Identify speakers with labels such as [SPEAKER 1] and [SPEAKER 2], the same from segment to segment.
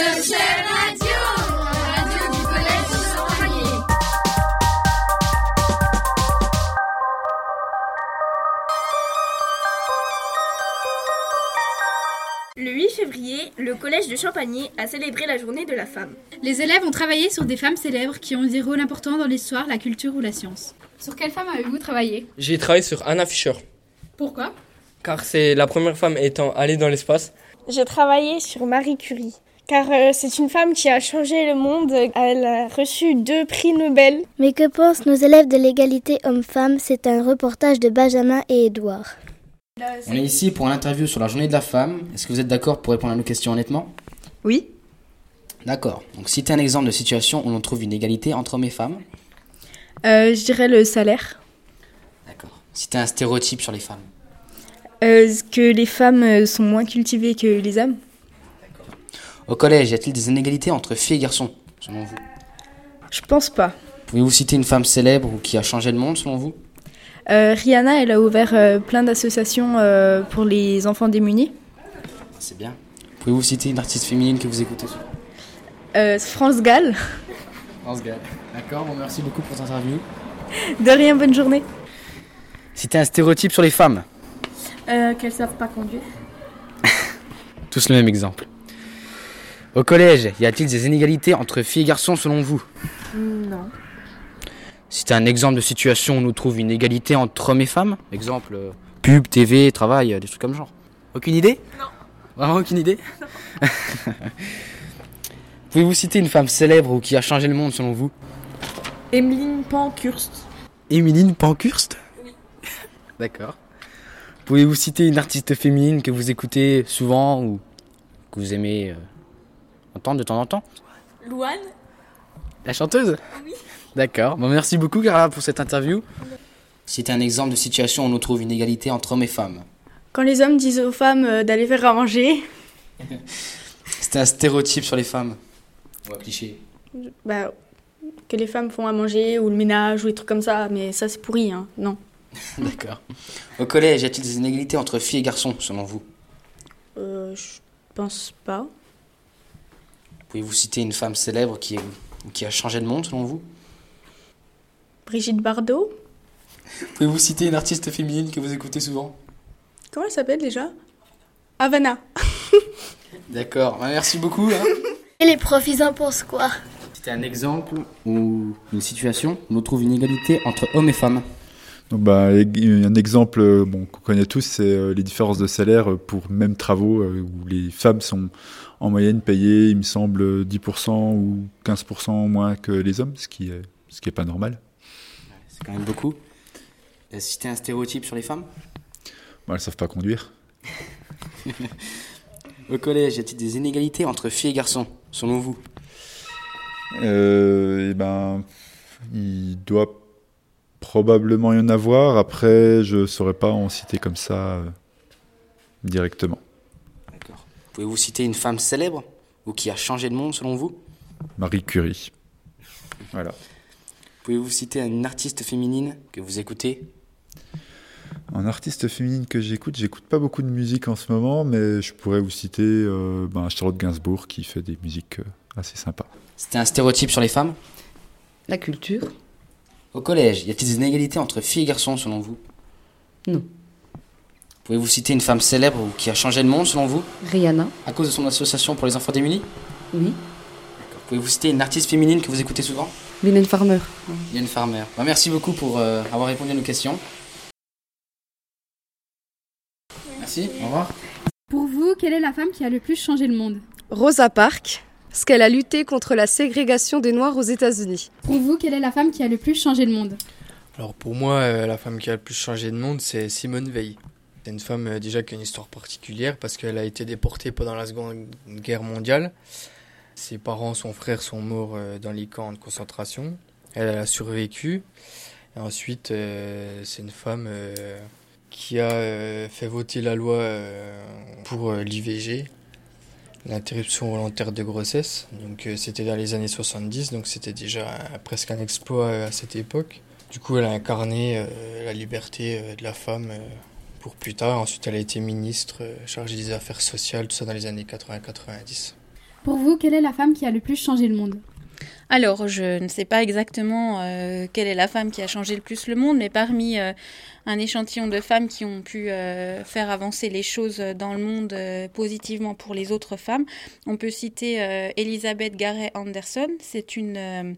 [SPEAKER 1] Cherchez Radio, la radio du collège Saint-Royer.
[SPEAKER 2] Le 8 février, le collège de Champagny a célébré la journée de la femme.
[SPEAKER 3] Les élèves ont travaillé sur des femmes célèbres qui ont eu des rôles importants dans l'histoire, la culture ou la science.
[SPEAKER 4] Sur quelle femme avez-vous travaillé
[SPEAKER 5] J'ai travaillé sur Anna Fischer,
[SPEAKER 4] Pourquoi
[SPEAKER 5] car c'est la première femme étant allée dans l'espace.
[SPEAKER 6] J'ai travaillé sur Marie Curie, car euh, c'est une femme qui a changé le monde. Elle a reçu deux prix Nobel.
[SPEAKER 7] Mais que pensent nos élèves de l'égalité homme-femme C'est un reportage de Benjamin et Édouard.
[SPEAKER 8] On est ici pour un interview sur la journée de la femme. Est-ce que vous êtes d'accord pour répondre à nos questions honnêtement
[SPEAKER 9] Oui.
[SPEAKER 8] D'accord. Donc citez un exemple de situation où l'on trouve une égalité entre hommes et femmes.
[SPEAKER 9] Euh, je dirais le salaire.
[SPEAKER 8] D'accord. Citez un stéréotype sur les femmes.
[SPEAKER 9] Euh, que les femmes euh, sont moins cultivées que les hommes.
[SPEAKER 8] Au collège, y a-t-il des inégalités entre filles et garçons, selon vous
[SPEAKER 9] Je pense pas.
[SPEAKER 8] Pouvez-vous citer une femme célèbre ou qui a changé le monde, selon vous
[SPEAKER 9] Euh, Rihanna, elle a ouvert euh, plein d'associations euh, pour les enfants démunis.
[SPEAKER 8] C'est bien. Pouvez-vous citer une artiste féminine que vous écoutez souvent
[SPEAKER 9] Euh, France Gall.
[SPEAKER 8] France D'accord, bon, merci beaucoup pour cette interview.
[SPEAKER 9] De rien, bonne journée.
[SPEAKER 8] Citez un stéréotype sur les femmes.
[SPEAKER 4] Euh, Qu'elles savent pas conduire.
[SPEAKER 8] Tous le même exemple. Au collège, y a-t-il des inégalités entre filles et garçons, selon vous
[SPEAKER 4] Non.
[SPEAKER 8] C'était un exemple de situation où on trouve une égalité entre hommes et femmes. Exemple, euh, pub, TV, travail, euh, des trucs comme genre. Aucune idée Non. Vraiment aucune idée Pouvez-vous citer une femme célèbre ou qui a changé le monde selon vous
[SPEAKER 10] Emeline Pankhurst.
[SPEAKER 8] Émiline Pankhurst Oui. D'accord. Pouvez-vous citer une artiste féminine que vous écoutez souvent ou que vous aimez euh, entendre de temps en temps
[SPEAKER 2] Louane
[SPEAKER 8] La chanteuse Oui. D'accord. Bon, merci beaucoup, Carla, pour cette interview. C'est un exemple de situation où on trouve une égalité entre hommes et femmes.
[SPEAKER 9] Quand les hommes disent aux femmes euh, d'aller faire à manger,
[SPEAKER 8] C'était un stéréotype sur les femmes. Ouais, cliché.
[SPEAKER 9] bah, que les femmes font à manger ou le ménage ou des trucs comme ça, mais ça c'est pourri, hein. non.
[SPEAKER 8] D'accord. Au collège, y a-t-il des inégalités entre filles et garçons, selon vous
[SPEAKER 9] Euh, je pense pas.
[SPEAKER 8] Pouvez-vous citer une femme célèbre qui, qui a changé le monde, selon vous
[SPEAKER 9] Brigitte Bardot
[SPEAKER 8] Pouvez-vous citer une artiste féminine que vous écoutez souvent
[SPEAKER 9] Comment elle s'appelle déjà Havana.
[SPEAKER 8] D'accord. Bah, merci beaucoup. hein.
[SPEAKER 7] Et les profs, ils en pensent quoi
[SPEAKER 8] C'était un exemple ou une situation où on trouve une égalité entre hommes et femmes.
[SPEAKER 11] Donc, bah, ég- un exemple euh, bon, qu'on connaît tous, c'est euh, les différences de salaire euh, pour mêmes travaux euh, où les femmes sont en moyenne payées, il me semble, euh, 10% ou 15% moins que les hommes, ce qui est, ce qui est pas normal.
[SPEAKER 8] C'est quand même beaucoup. Euh, Citer un stéréotype sur les femmes
[SPEAKER 11] Bon, elles savent pas conduire.
[SPEAKER 8] Au collège, y a-t-il des inégalités entre filles et garçons, selon vous
[SPEAKER 11] Euh, eh ben, il doit probablement y en avoir. Après, je saurais pas en citer comme ça euh, directement.
[SPEAKER 8] D'accord. Pouvez-vous citer une femme célèbre ou qui a changé le monde, selon vous
[SPEAKER 11] Marie Curie. Voilà.
[SPEAKER 8] Pouvez-vous citer une artiste féminine que vous écoutez
[SPEAKER 11] En artiste féminine que j'écoute, j'écoute pas beaucoup de musique en ce moment, mais je pourrais vous citer euh, ben, Charlotte Gainsbourg qui fait des musiques euh, assez sympas.
[SPEAKER 8] C'était un stéréotype sur les femmes
[SPEAKER 10] La culture.
[SPEAKER 8] Au collège, y a-t-il des inégalités entre filles et garçons, selon vous
[SPEAKER 10] Non.
[SPEAKER 8] Pouvez-vous citer une femme célèbre ou qui a changé le monde, selon vous
[SPEAKER 10] Rihanna.
[SPEAKER 8] À cause de son association pour les enfants démunis
[SPEAKER 10] Oui.
[SPEAKER 8] Pouvez-vous citer une artiste féminine que vous écoutez souvent
[SPEAKER 10] Mylène Farmer.
[SPEAKER 8] Yann Farmer. Bah, merci beaucoup pour euh, avoir répondu à nos questions. Merci, au revoir.
[SPEAKER 3] Pour vous, quelle est la femme qui a le plus changé le monde
[SPEAKER 12] Rosa Parks, parce qu'elle a lutté contre la ségrégation des Noirs aux États-Unis.
[SPEAKER 3] Pour vous, quelle est la femme qui a le plus changé le monde
[SPEAKER 5] Alors pour moi, euh, la femme qui a le plus changé de monde, c'est Simone Veil. C'est une femme euh, déjà qui a une histoire particulière parce qu'elle a été déportée pendant la Seconde Guerre mondiale. Ses parents, son frère sont morts euh, dans les camps de concentration. Elle, elle a survécu. Et ensuite, euh, c'est une femme euh, qui a euh, fait voter la loi euh, pour euh, l'IVG, l'interruption volontaire de grossesse. Donc euh, c'était dans les années 70, donc c'était déjà euh, presque un exploit euh, à cette époque. Du coup, elle a incarné euh, la liberté euh, de la femme euh, pour plus tard. Ensuite, elle a été ministre, euh, chargée des affaires sociales, tout ça dans les années 80-90.
[SPEAKER 3] Pour vous, quelle est la femme qui a le plus changé le monde
[SPEAKER 13] Alors, je ne sais pas exactement euh, quelle est la femme qui a changé le plus le monde, mais parmi euh, un échantillon de femmes qui ont pu euh, faire avancer les choses dans le monde euh, positivement pour les autres femmes, on peut citer euh, Elisabeth Garret Anderson. C'est une. euh,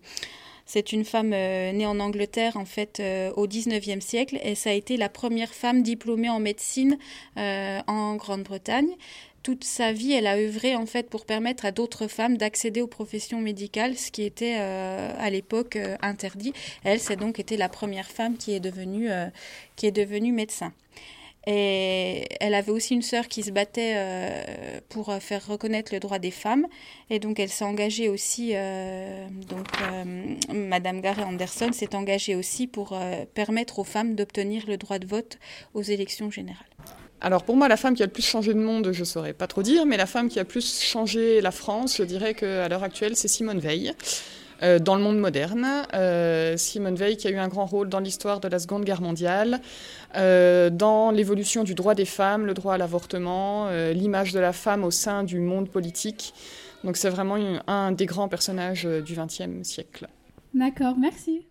[SPEAKER 13] c'est une femme euh, née en Angleterre en fait euh, au 19e siècle et ça a été la première femme diplômée en médecine euh, en Grande-Bretagne. Toute sa vie, elle a œuvré en fait pour permettre à d'autres femmes d'accéder aux professions médicales, ce qui était euh, à l'époque euh, interdit. Elle, c'est donc été la première femme qui est devenue, euh, qui est devenue médecin. Et elle avait aussi une sœur qui se battait euh, pour euh, faire reconnaître le droit des femmes. Et donc elle s'est engagée aussi, euh, donc euh, Madame Garret Anderson s'est engagée aussi pour euh, permettre aux femmes d'obtenir le droit de vote aux élections générales.
[SPEAKER 14] Alors pour moi, la femme qui a le plus changé le monde, je ne saurais pas trop dire, mais la femme qui a le plus changé la France, je dirais qu'à l'heure actuelle, c'est Simone Veil. euh, dans le monde moderne, Euh, Simone Veil qui a eu un grand rôle dans l'histoire de la Seconde Guerre mondiale, euh, dans l'évolution du droit des femmes, le droit à l'avortement, euh, l'image de la femme au sein du monde politique. Donc c'est vraiment une- un des grands personnages euh, du XXe siècle.
[SPEAKER 3] D'accord, merci.